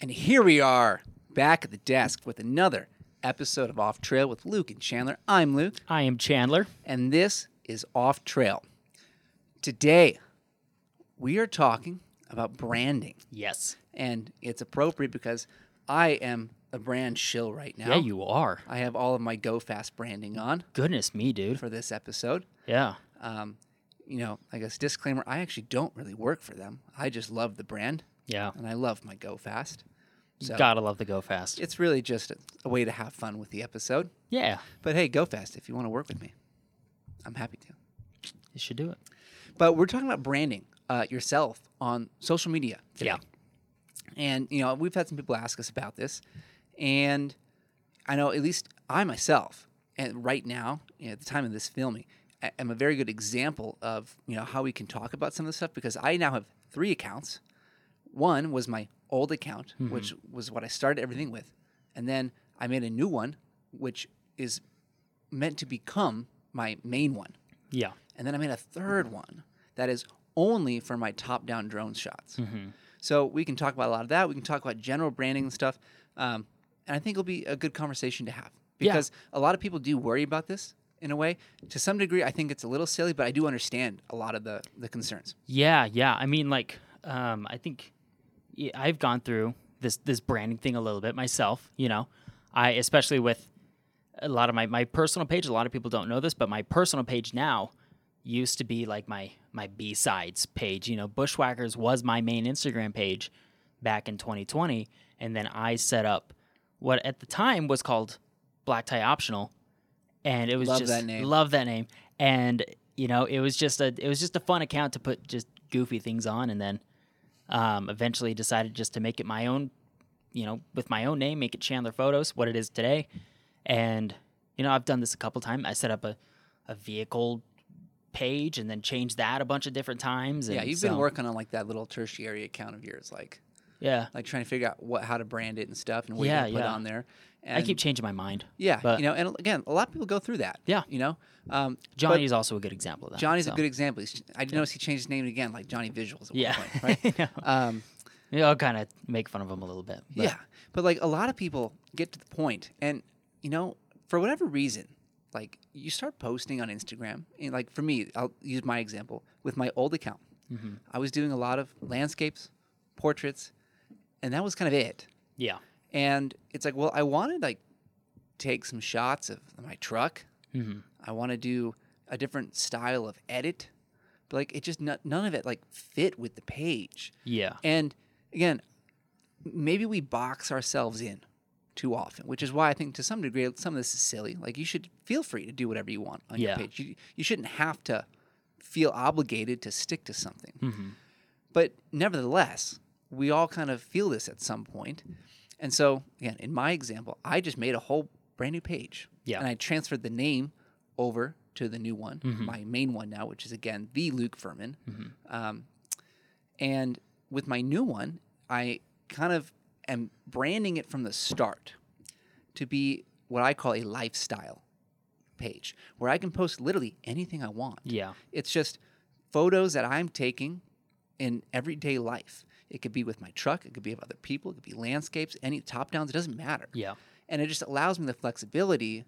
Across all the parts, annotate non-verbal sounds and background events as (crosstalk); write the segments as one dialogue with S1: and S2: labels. S1: And here we are, back at the desk with another episode of Off Trail with Luke and Chandler. I'm Luke,
S2: I am Chandler.
S1: and this is Off Trail. Today, we are talking about branding,
S2: Yes.
S1: and it's appropriate because I am a brand shill right now.
S2: Yeah, you are.
S1: I have all of my Go Fast branding on
S2: Goodness me, dude.
S1: for this episode.
S2: Yeah.
S1: Um, you know, I guess disclaimer, I actually don't really work for them. I just love the brand,
S2: Yeah.
S1: and I love my Go Fast. So-
S2: Gotta love the go fast.
S1: It's really just a, a way to have fun with the episode.
S2: Yeah.
S1: But hey, go fast if you want to work with me. I'm happy to.
S2: You should do it.
S1: But we're talking about branding uh, yourself on social media. today.
S2: Yeah.
S1: And, you know, we've had some people ask us about this. And I know at least I myself, and right now, you know, at the time of this filming, I- am a very good example of, you know, how we can talk about some of this stuff because I now have three accounts. One was my old account, which was what I started everything with. And then I made a new one, which is meant to become my main one.
S2: Yeah.
S1: And then I made a third
S2: Mm-hmm.
S1: one that is only for my top down drone shots.
S2: Mm-hmm.
S1: So we can talk about a lot of that. We can talk about general branding and stuff. Um, and I think it'll be a good conversation to have
S2: Yeah.
S1: because a lot of people do worry about this in a way. To some degree, I think it's a little silly, but I do understand a lot of the, the concerns.
S2: Yeah. Yeah. I mean, like, um, I think yeah, I've gone through this this branding thing a little bit myself. You know, I especially with a lot of my my personal page. A lot of people don't know this, but my personal page now used to be like my my B sides page. You know, Bushwhackers was my main Instagram page back in 2020, and then I set up what at the time was called Black Tie Optional, and it was
S1: Love
S2: just
S1: that name.
S2: love that name, and you know it was just a it was just a fun account to put just goofy things on, and then um, eventually decided just to make it my own, you know, with my own name, make it Chandler Photos, what it is today. And, you know, I've done this a couple times. I set up a, a vehicle page and then changed that a bunch of different times. And
S1: Yeah, you've
S2: so-
S1: been working on like that little tertiary account of yours, like
S2: Yeah.
S1: like trying to figure out what how to brand it and stuff and what
S2: Yeah,
S1: you can put
S2: yeah.
S1: on there. And
S2: I keep changing my mind.
S1: yeah,
S2: but-
S1: you know, and again, a lot of people go through that.
S2: Yeah.
S1: you know, um, but-
S2: Johnny's also a good example of that.
S1: Johnny's
S2: Uh, so.
S1: a good example. He's, I noticed he changed his name again, like Johnny Visuals at
S2: Yeah.
S1: one
S2: (laughs)
S1: point, right? Um,
S2: You know, I'll kind of make fun of him a little bit. (laughs) but-
S1: yeah, but like a lot of people get to the point, and you know, for whatever reason, like you start posting on Instagram, and like for me, I'll use my example with my old account.
S2: Mm-hmm.
S1: I was doing a lot of landscapes, portraits, and that was kind of it.
S2: Yeah.
S1: And it's like, well, I want to like take some shots of my truck. I want to do a different style of edit, but like it just no- none of it like fit with the page.
S2: Yeah.
S1: And again, maybe we box ourselves in too often, which is why I think to some degree some of this is silly. Like you should feel free to do whatever you want on your
S2: Yeah.
S1: page. You, you shouldn't have to feel obligated to stick to something. But nevertheless, we all kind of feel this at some point. And so, again, in my example, I just made a whole brand new page.
S2: Yeah.
S1: And I transferred the name over to the new one, my main one now, which is again the Luke Furman. Um, and with my new one, I kind of am branding it from the start to be what I call a lifestyle page where I can post literally anything I want.
S2: Yeah.
S1: It's just photos that I'm taking in everyday life. It could be with my truck, it could be of other people, it could be landscapes, any top downs, it doesn't matter.
S2: Yeah.
S1: And it just allows me the flexibility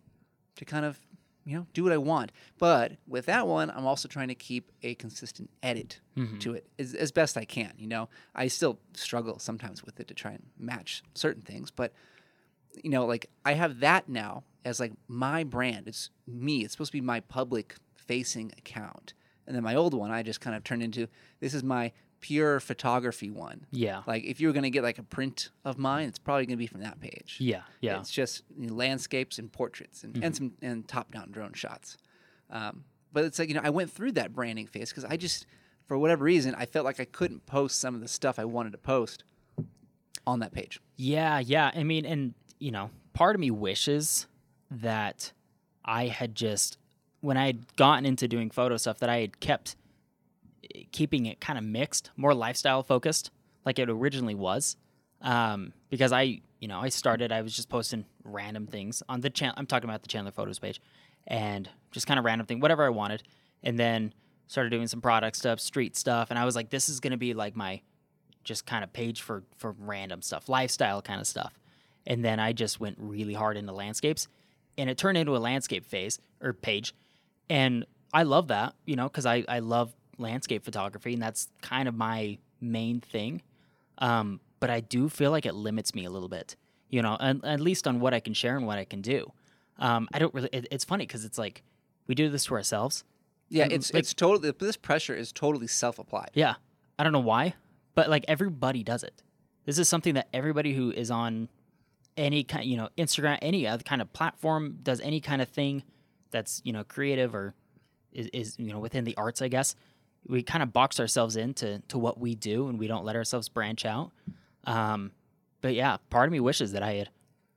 S1: to kind of, you know, do what I want. But with that one, I'm also trying to keep a consistent edit to it as, as best I can. You know, I still struggle sometimes with it to try and match certain things, but you know, like I have that now as like my brand. It's me. It's supposed to be my public facing account. And then my old one, I just kind of turned into this is my pure photography one.
S2: Yeah.
S1: Like if you were going to get like a print of mine, it's probably going to be from that page.
S2: Yeah. Yeah. Mm-hmm.
S1: It's just you know, landscapes and portraits and, and some and top down drone shots. Um, but it's like, you know, I went through that branding phase because I just, for whatever reason, I felt like I couldn't post some of the stuff I wanted to post on that page.
S2: Yeah, yeah. I mean, and you know, part of me wishes that I had just when I had gotten into doing photo stuff that I had kept eh, keeping it kind of mixed, more lifestyle focused, like it originally was. Um, because I, you know, I started, I was just posting random things on the channel. I'm talking about the Chandler Photos page and just kind of random thing, whatever I wanted. And then started doing some product stuff, street stuff. And I was like, this is going to be like my just kind of page for for random stuff, lifestyle kind of stuff. And then I just went really hard into landscapes, and it turned into a landscape phase or page. And I love that, you know, because I I love landscape photography, and that's kind of my main thing. Um, but I do feel like it limits me a little bit, you know, at, at least on what I can share and what I can do. Um, I don't really. It, it's funny because it's like we do this to ourselves.
S1: Yeah,
S2: Um,
S1: it's
S2: like-
S1: it's totally this pressure is totally self-applied.
S2: Yeah. I don't know why, but like everybody does it. This is something that everybody who is on any kind, you know, Instagram, any other kind of platform, does any kind of thing that's, you know, creative or is, is you know, within the arts, I guess. We kind of box ourselves into to what we do and we don't let ourselves branch out. Um, but yeah, part of me wishes that I had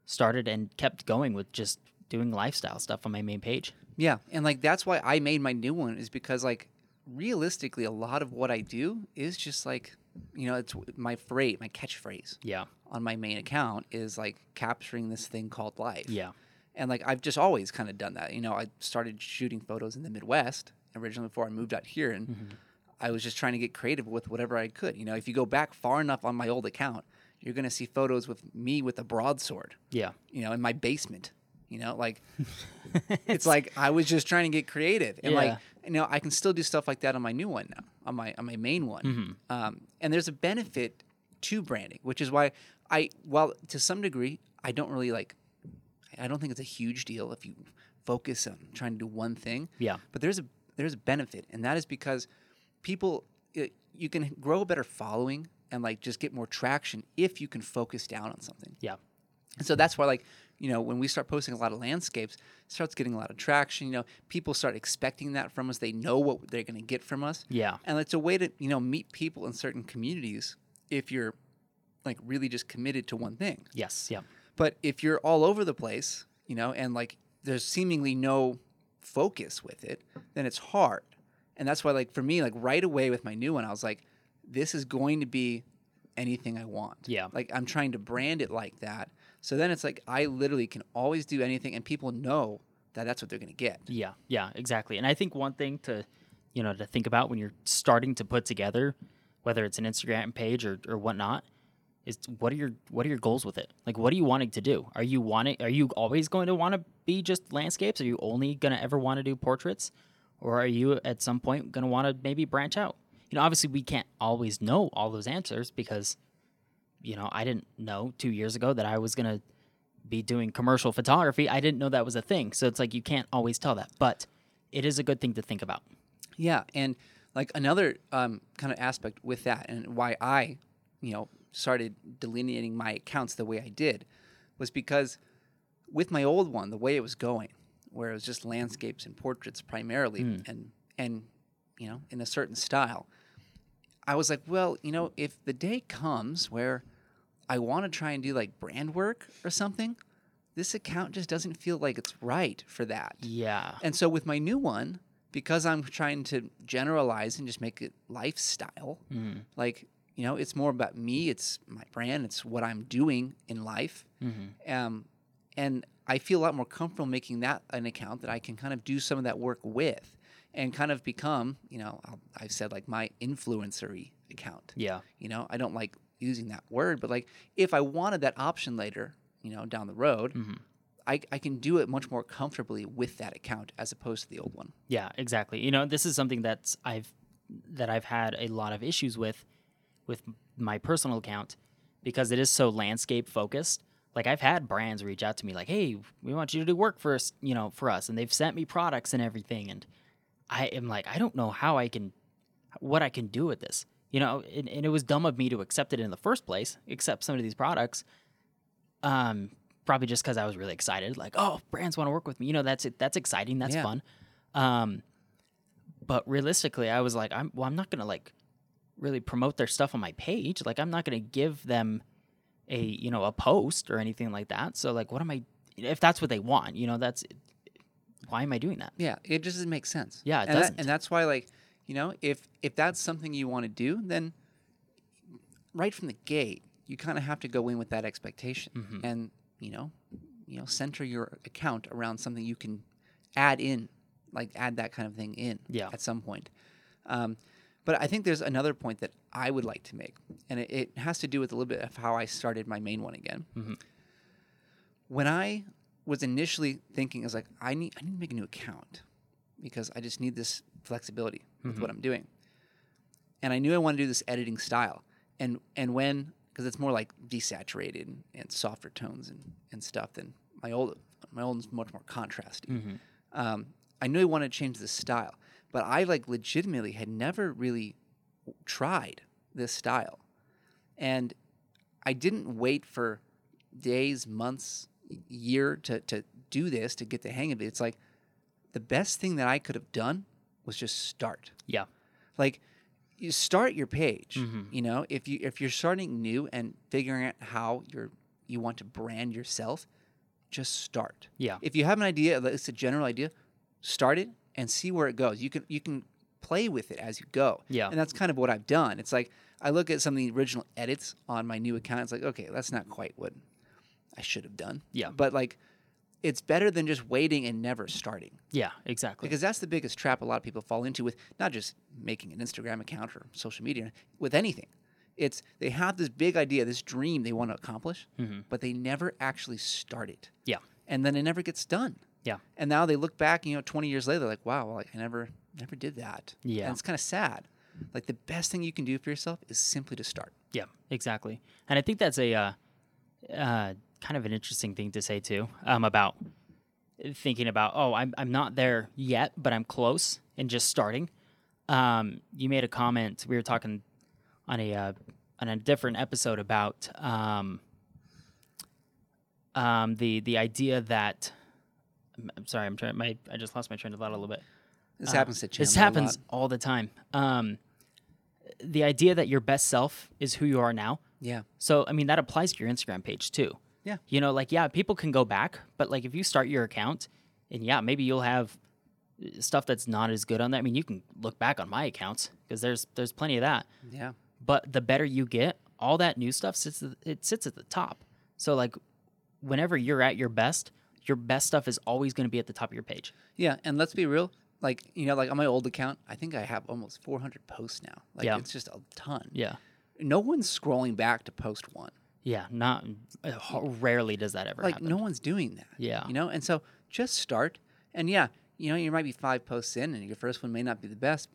S2: started and kept going with just doing lifestyle stuff on my main page.
S1: Yeah, and like that's why I made my new one is because like realistically, a lot of what I do is just like you know it's my phrase, my catchphrase
S2: Yeah.
S1: on my main account is like capturing this thing called life.
S2: Yeah.
S1: and like I've just always kind of done that. You know, I started shooting photos in the Midwest originally before I moved out here, and I was just trying to get creative with whatever I could. You know, if you go back far enough on my old account, you're gonna see photos with me with a broadsword
S2: (laughs) Yeah.
S1: you know, in my basement. You know, like (laughs) it's like I was just trying to get creative, and
S2: Yeah.
S1: like you know, I can still do stuff like that on my new one now, on my on my main one.
S2: Mm-hmm.
S1: Um, and there's a benefit to branding, which is why I, while to some degree, I don't really like. I don't think it's a huge deal if you focus on trying to do one thing.
S2: Yeah.
S1: But there's a there's a benefit, and that is because people it, you can grow a better following and like just get more traction if you can focus down on something.
S2: Yeah.
S1: And so that's why, like, you know, when we start posting a lot of landscapes, it starts getting a lot of traction. You know, people start expecting that from us. They know what they're going to get from us.
S2: Yeah.
S1: And it's a way to, you know, meet people in certain communities if you're like really just committed to one thing.
S2: Yes. Yeah.
S1: But if you're all over the place, you know, and like there's seemingly no focus with it, then it's hard. And that's why, like, for me, like right away with my new one, I was like, this is going to be anything I want.
S2: Yeah.
S1: Like, I'm trying to brand it like that. So then it's like, I literally can always do anything, and people know that that's what they're going to get.
S2: Yeah, yeah, exactly. And I think one thing to, you know, to think about when you're starting to put together, whether it's an Instagram page or, or whatnot, is what are your what are your goals with it? Like, what are you wanting to do? Are you wanting? Are you always going to want to be just landscapes? Are you only going to ever want to do portraits, or are you at some point going to want to maybe branch out? You know, obviously we can't always know all those answers because, you know, I didn't know two years ago that I was going to be doing commercial photography. I didn't know that was a thing. So it's like you can't always tell that, but it is a good thing to think about.
S1: Yeah, and like another um, kind of aspect with that, and why I, you know, started delineating my accounts the way I did, was because with my old one, the way it was going, where it was just landscapes and portraits primarily, and and you know, in a certain style, I was like, well, you know, if the day comes where I want to try and do like brand work or something, this account just doesn't feel like it's right for that.
S2: Yeah.
S1: And so with my new one, because I'm trying to generalize and just make it lifestyle,
S2: Mm-hmm.
S1: like, you know, it's more about me, it's my brand, it's what I'm doing in life.
S2: Mm-hmm.
S1: Um, and I feel a lot more comfortable making that an account that I can kind of do some of that work with and kind of become, you know, I'll, I've said like my influencery account.
S2: Yeah.
S1: You know, I don't like using that word, but like if I wanted that option later, you know, down the road, I, I can do it much more comfortably with that account as opposed to the old one.
S2: Yeah, exactly. You know, this is something that's I've that I've had a lot of issues with with my personal account because it is so landscape focused. Like I've had brands reach out to me like, "Hey, we want you to do work for us, you know, for us." And they've sent me products and everything and I am like, I don't know how I can what I can do with this. You know, and, and it was dumb of me to accept it in the first place, accept some of these products. Um probably just cuz I was really excited like, "Oh, brands want to work with me." You know, that's it. That's exciting. That's
S1: Yeah.
S2: fun. Um, but realistically, I was like, I'm well, I'm not gonna like really promote their stuff on my page. Like, I'm not gonna give them a you know a post or anything like that. So like, what am I? If that's what they want, you know, that's why am I doing that?
S1: Yeah, it just doesn't make sense.
S2: Yeah, it
S1: and that-
S2: doesn't.
S1: and that's why, like, you know, if if that's something you want to do, then right from the gate, you kind of have to go in with that expectation, and you know, you know, center your account around something you can add in, like add that kind of thing in
S2: Yeah.
S1: at some point. Um, But I think there's another point that I would like to make, and it, it has to do with a little bit of how I started my main one again. When I was initially thinking, I was like, I need, I need to make a new account because I just need this flexibility with what I'm doing. And I knew I wanted to do this editing style. And and when because it's more like desaturated and, and softer tones and, and stuff than my old my old is much more contrasty. Um, I knew I wanted to change this style, but I like legitimately had never really tried this style, and I didn't wait for days, months, y- year to to do this to get the hang of it. It's like the best thing that I could have done was just start
S2: Yeah.
S1: like you start your page you know if you if you're starting new and figuring out how you're you want to brand yourself just start
S2: Yeah.
S1: if you have an idea like, it's a general idea start it and see where it goes you can you can play with it as you go
S2: Yeah.
S1: and that's kind of what i've done it's like i look at some of the original edits on my new account it's like okay that's not quite what i should have done
S2: Yeah.
S1: but like it's better than just waiting and never starting
S2: Yeah. Exactly.
S1: because that's the biggest trap a lot of people fall into with not just making an Instagram account or social media, with anything. It's they have this big idea, this dream they want to accomplish, but they never actually start it.
S2: Mm-hmm. yeah.
S1: And then it never gets done.
S2: Yeah.
S1: And now they look back, you know, 20 years later, they're like, wow, well, like, I never, never did that.
S2: Yeah.
S1: And it's kind of sad. Like the best thing you can do for yourself is simply to start.
S2: Yeah, exactly. And I think that's a uh, uh, kind of an interesting thing to say too um, about thinking about oh I'm I'm not there yet, but I'm close and just starting. Um, you made a comment. We were talking on a uh, on a different episode about um, um, the the idea that I'm, I'm sorry I'm trying my I just lost my train of thought a little bit.
S1: This happens to Chandler.
S2: Uh, This
S1: a
S2: happens
S1: lot.
S2: all the time. Um, the idea that your best self is who you are now.
S1: Yeah.
S2: So, I mean, that applies to your Instagram page too.
S1: Yeah.
S2: You know, like, yeah, people can go back, but like if you start your account and yeah, maybe you'll have uh, stuff that's not as good on that. I mean, you can look back on my accounts because there's there's plenty of that.
S1: Yeah.
S2: But the better you get, all that new stuff sits at- it sits at the top. So like whenever you're at your best, your best stuff is always going to be at the top of your page.
S1: Yeah, and let's be real. Like you know, like on my old account, I think I have almost 400 posts now. Like
S2: Yeah.
S1: it's just a ton.
S2: Yeah.
S1: No one's scrolling back to post one.
S2: Yeah, not uh, ho- rarely does that ever
S1: Like
S2: happen.
S1: no one's doing that.
S2: Yeah.
S1: you know. And so just start. And yeah, you know, you might be five posts in, and your first one may not be the best.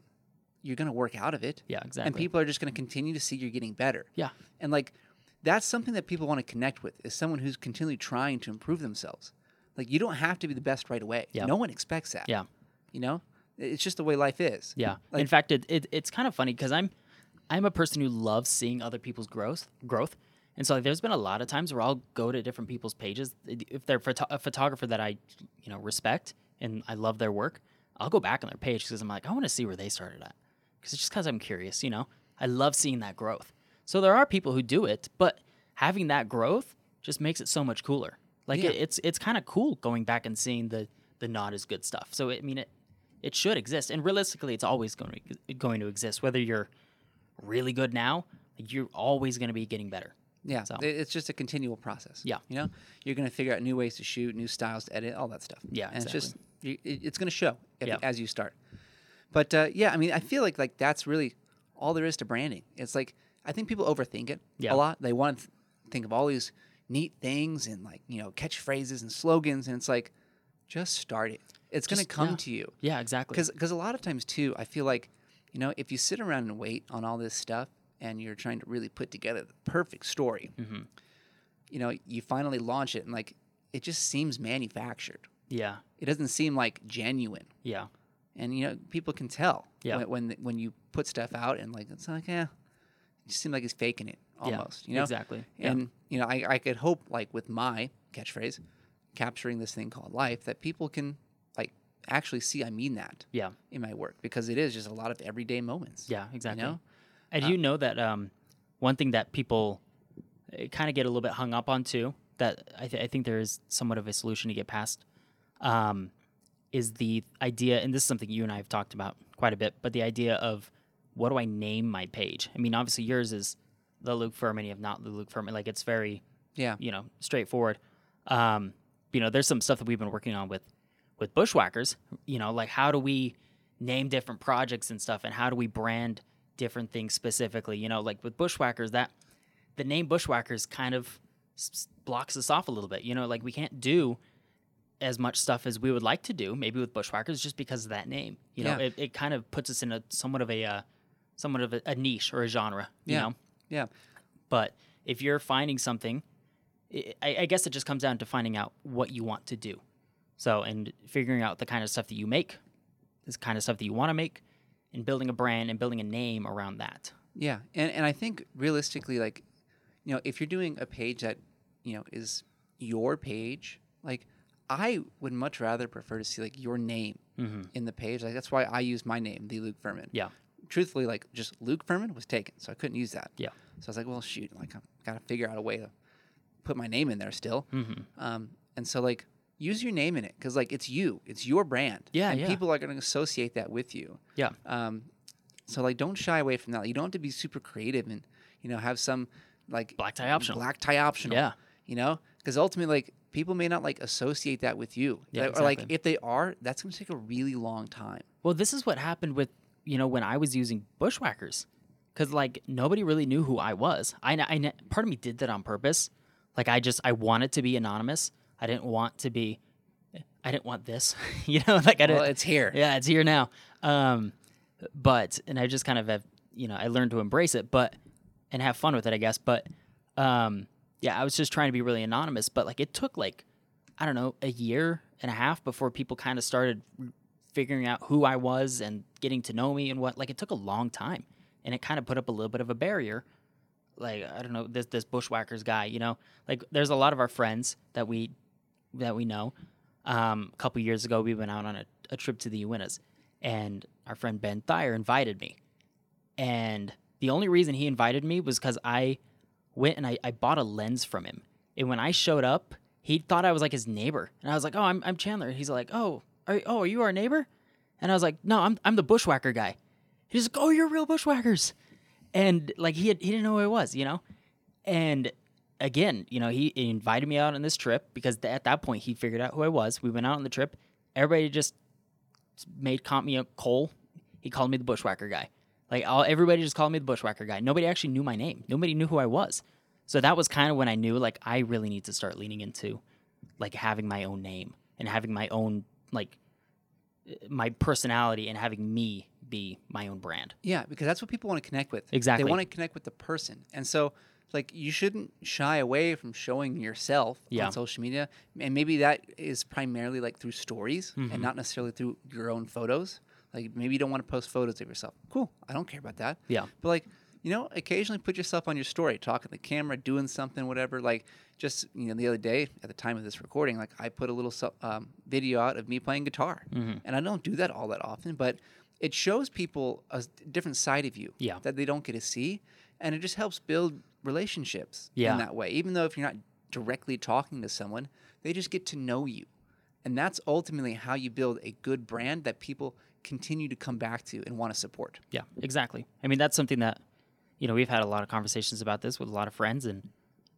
S1: You're gonna work out of it.
S2: Yeah,
S1: And
S2: exactly.
S1: people are just gonna continue to see you're getting better.
S2: Yeah.
S1: And like that's something that people want to connect with is someone who's continually trying to improve themselves. Like you don't have to be the best right away.
S2: Yeah.
S1: No one expects that.
S2: Yeah.
S1: You know, it's just the way life is.
S2: Yeah.
S1: Like,
S2: In fact, it, it it's kind of funny because I'm I'm a person who loves seeing other people's growth growth, and so like, there's been a lot of times where I'll go to different people's pages if they're photo- a photographer that I you know respect and I love their work. I'll go back on their page because I'm like I want to see where they started at because it's just because I'm curious. You know, I love seeing that growth. So there are people who do it, but having that growth just makes it so much cooler. Like
S1: Yeah.
S2: it, it's it's kind of cool going back and seeing the the not as good stuff. So I mean it it should exist and realistically it's always going to going to exist whether you're really good now you're always going to be getting better
S1: Yeah,
S2: So-
S1: i- it's just a continual process.
S2: Yeah.
S1: you know, you're going to figure out new ways to shoot, new styles to edit, all that stuff.
S2: Yeah,
S1: and it's just
S2: exactly.
S1: you, it- it's going to show if,
S2: Yeah.
S1: as you start. But uh, yeah, I mean, I feel like like that's really all there is to branding. It's like I think people overthink it
S2: Yeah.
S1: a lot. They want to th- think of all these neat things and like you know catchphrases and slogans, and it's like just start it. It's going to
S2: Just-
S1: come
S2: yeah.
S1: to you
S2: yeah exactly
S1: because because a lot of times too, I feel like you know if you sit around and wait on all this stuff and you're trying to really put together the perfect story,
S2: Mm-hmm.
S1: you know, you finally launch it and like it just seems manufactured.
S2: yeah
S1: It doesn't seem like genuine,
S2: yeah
S1: and you know people can tell
S2: Yeah.
S1: when when, when you put stuff out and like it's like yeah, it just seems like it's faking it
S2: Yeah,
S1: almost. you know
S2: exactly. Yeah.
S1: And you know I I could hope like with my catchphrase, capturing this thing called life, that people can like actually see I mean that
S2: yeah
S1: in my work because it is just a lot of everyday moments.
S2: yeah exactly
S1: know?
S2: and you know that um, one thing that people kind of get a little bit hung up on too that I, th- I think there is somewhat of a solution to get past um, is the idea, and this is something you and I have talked about quite a bit, but the idea of what do I name my page? I mean, obviously yours is the Luke Furman, you have not the Luke Furman. Like it's very,
S1: Yeah.
S2: you know, straightforward. Um, you know, there's some stuff that we've been working on with with bushwhackers. You know, like how do we name different projects and stuff, and how do we brand different things specifically. You know, like with Bushwhackers, that the name Bushwhackers kind of s- s- blocks us off a little bit. You know, like we can't do as much stuff as we would like to do, maybe with Bushwhackers, just because of that name. You know,
S1: Yeah.
S2: it, it kind of puts us in a somewhat of a uh, somewhat of a, a niche or a genre. You
S1: Yeah.
S2: know,
S1: Yeah.
S2: but if you're finding something, I, I I guess it just comes down to finding out what you want to do. So, and figuring out the kind of stuff that you make, this kind of stuff that you want to make, and building a brand and building a name around that.
S1: Yeah, and and I think realistically, like, you know, if you're doing a page that, you know, is your page, like, I would much rather prefer to see like your name in the page. Like that's why I use my name, the Luke Furman.
S2: Mm-hmm. Yeah.
S1: Truthfully, like just Luke Furman was taken, so I couldn't use that.
S2: Yeah.
S1: So I was like, well, shoot, like I gotta figure out a way to put my name in there still.
S2: Mm-hmm.
S1: Um, and so like use your name in it because like it's you, it's your brand.
S2: Yeah,
S1: And
S2: yeah.
S1: people are gonna associate that with you.
S2: Yeah.
S1: Um, so like, don't shy away from that. You don't have to be super creative and you know have some like
S2: Black tie optional.
S1: Black tie optional.
S2: Yeah.
S1: You know, because ultimately, like people may not like associate that with you.
S2: Yeah,
S1: Like- Or like
S2: exactly.
S1: if they are, that's gonna take a really long time.
S2: Well, this is what happened with, you know, when I was using Bushwhackers. Cause like nobody really knew who I was. I, kn- I kn- part of me did that on purpose. Like I just I wanted to be anonymous. I didn't want to be. I didn't want this. (laughs) you know, like I didn't.
S1: Well, it's here.
S2: Yeah, it's here now. Um, but and I just kind of have you know I learned to embrace it, but and have fun with it, I guess. But um, yeah, I was just trying to be really anonymous, but like it took like I don't know a year and a half before people kind of started figuring out who I was and getting to know me and what. Like it took a long time, and it kind of put up a little bit of a barrier like I don't know this this bushwhackers guy. You know, like there's a lot of our friends that we that we know. Um, a couple years ago, we went out on a, a trip to the Uintas, and our friend Ben Thayer invited me. And the only reason he invited me was because I went and I, I bought a lens from him. And when I showed up, he thought I was like his neighbor. And I was like, "Oh, I'm I'm Chandler." And he's like, "Oh, are oh are you our neighbor?" And I was like, "No, I'm I'm the bushwhacker guy." He's like, "Oh, you're real bushwhackers." and like he had, he didn't know who I was, you know. And again, you know, he invited me out on this trip because th- at that point he figured out who I was. We went out on the trip. Everybody just made caught me a Cole. He called me the bushwhacker guy. Like all everybody just called me the bushwhacker guy. Nobody actually knew my name. Nobody knew who I was. So that was kind of when I knew like I really need to start leaning into like having my own name and having my own like uh, my personality and having me be my own brand.
S1: Yeah, because that's what people want to connect with.
S2: Exactly.
S1: They want to connect with the person. And so like you shouldn't shy away from showing yourself
S2: Yeah.
S1: on social media. And maybe that is primarily like through stories
S2: Mm-hmm.
S1: and not necessarily through your own photos. Like maybe you don't want to post photos of yourself. Cool. I don't care about that.
S2: Yeah.
S1: But like, you know, occasionally put yourself on your story, talking to the camera, doing something, whatever. Like, just you know, the other day at the time of this recording, like I put a little so- um, video out of me playing guitar,
S2: Mm-hmm.
S1: and I don't do that all that often, but it shows people a s- different side of you
S2: Yeah.
S1: that they don't get to see, and it just helps build relationships
S2: Yeah.
S1: in that way. Even though if you're not directly talking to someone, they just get to know you. And that's ultimately how you build a good brand that people continue to come back to and want to support.
S2: Yeah, exactly. I mean, that's something that you know we've had a lot of conversations about this with a lot of friends, and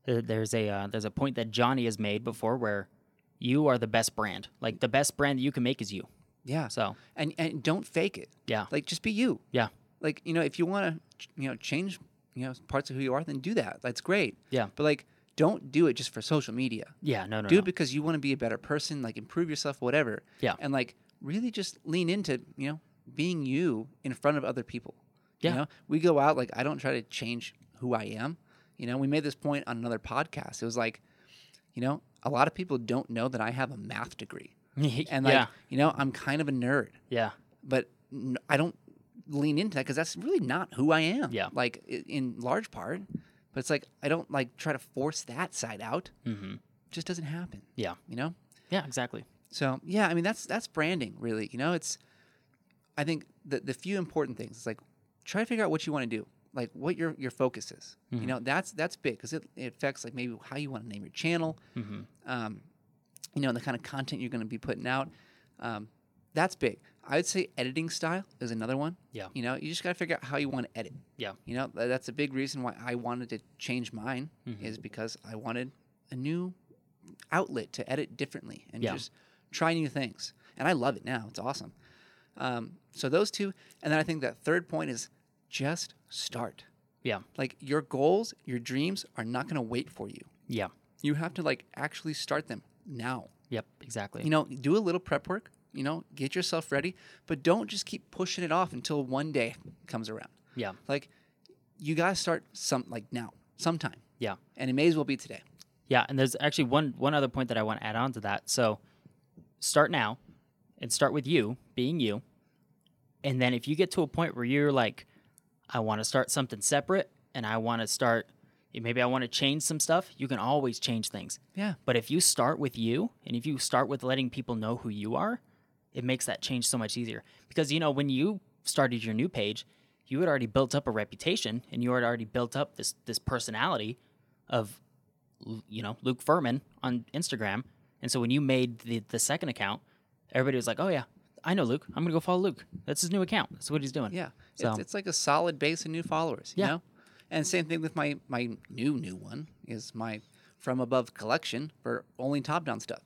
S2: there- there's a uh, there's a point that Johnny has made before where you are the best brand. Like the best brand that you can make is you.
S1: Yeah.
S2: So
S1: and and don't fake it.
S2: Yeah.
S1: Like just be you.
S2: yeah,
S1: Like you know, if you want to, you know, change you know parts of who you are, then do that. That's great.
S2: Yeah.
S1: But like, don't do it just for social media.
S2: yeah, no, no,
S1: do
S2: no.
S1: it because you want to be a better person. Like improve yourself, whatever.
S2: Yeah.
S1: And like really just lean into you know being you in front of other people.
S2: Yeah.
S1: You know, we go out like I don't try to change who I am. You know, we made this point on another podcast. It was like, you know, a lot of people don't know that I have a math degree, and like
S2: (laughs) yeah,
S1: you know, I'm kind of a nerd
S2: yeah,
S1: but n- I don't lean into that because that's really not who I am.
S2: Yeah.
S1: Like i- in large part, but it's like I don't like try to force that side out. Mm-hmm. Just doesn't happen.
S2: yeah,
S1: You know.
S2: yeah, exactly.
S1: So yeah, I mean that's that's branding really. You know, it's I think the the few important things is like try to figure out what you want to do, like what your your focus is. You know, that's that's big because it, it affects like maybe how you want to name your channel, um, you know, and the kind of content you're going to be putting out. Um, that's big. I would say editing style is another one.
S2: Yeah.
S1: You know, you just got to figure out how you want to edit.
S2: Yeah,
S1: You know, tha- that's a big reason why I wanted to change mine is because I wanted a new outlet to edit differently and
S2: Yeah.
S1: just try new things. And I love it now. It's awesome. Um, so those two, and then I think that third point is just start.
S2: Yeah.
S1: Like your goals, your dreams are not going to wait for you.
S2: Yeah.
S1: You have to like actually start them now.
S2: Yep. Exactly.
S1: You know, do a little prep work, you know, get yourself ready, but don't just keep pushing it off until one day comes around.
S2: yeah.
S1: Like you got to start some like now, sometime.
S2: Yeah.
S1: And it may as well be today.
S2: Yeah, and there's actually one one other point that I want to add on to that. So start now and start with you being you. And then if you get to a point where you're like I want to start something separate and I want to start maybe I want to change some stuff, you can always change things.
S1: Yeah.
S2: But if you start with you and if you start with letting people know who you are, it makes that change so much easier. Because, you know, when you started your new page, you had already built up a reputation and you had already built up this, this personality of, Lu- you know, Luke Furman on Instagram. And so when you made the, the second account, everybody was like, oh, yeah, I know Luke. I'm going to go follow Luke. That's his new account. That's what he's doing.
S1: Yeah.
S2: So,
S1: It's, it's like a solid base of new followers, you
S2: Yeah.
S1: know? And same thing with my my new new one is my from above collection for only top down stuff.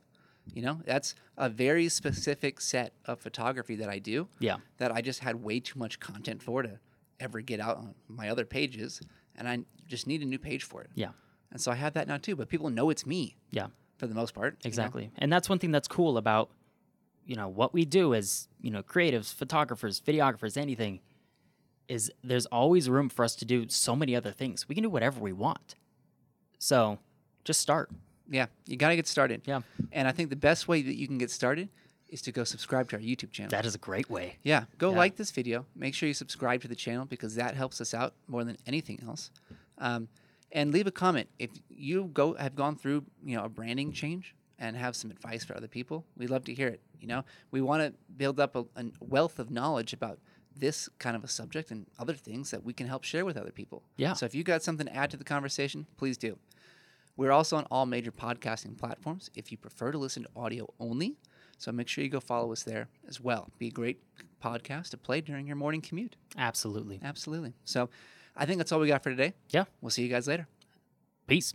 S1: You know, that's a very specific set of photography that I do.
S2: Yeah.
S1: That I just had way too much content for to ever get out on my other pages and I just need a new page for it.
S2: yeah.
S1: And so I have that now too, but people know it's me
S2: Yeah.
S1: for the most part. you know?
S2: Exactly. And that's one thing that's cool about, you know, what we do as, you know, creatives, photographers, videographers, anything, is there's always room for us to do so many other things. We can do whatever we want. So just start.
S1: Yeah. You got to get started.
S2: Yeah.
S1: And I think the best way that you can get started is to go subscribe to our YouTube channel.
S2: That is a great way.
S1: Yeah, go
S2: Yeah.
S1: like this video. Make sure you subscribe to the channel because that helps us out more than anything else. Um, and leave a comment if you go have gone through you know a branding change and have some advice for other people. We'd love to hear it. You know, we want to build up a, a wealth of knowledge about this kind of a subject and other things that we can help share with other people.
S2: Yeah.
S1: So if you got something to add to the conversation, please do. We're also on all major podcasting platforms if you prefer to listen to audio only. So make sure you go follow us there as well. Be a great podcast to play during your morning commute.
S2: Absolutely.
S1: Absolutely. So I think that's all we got for today.
S2: Yeah.
S1: We'll see you guys later.
S2: Peace.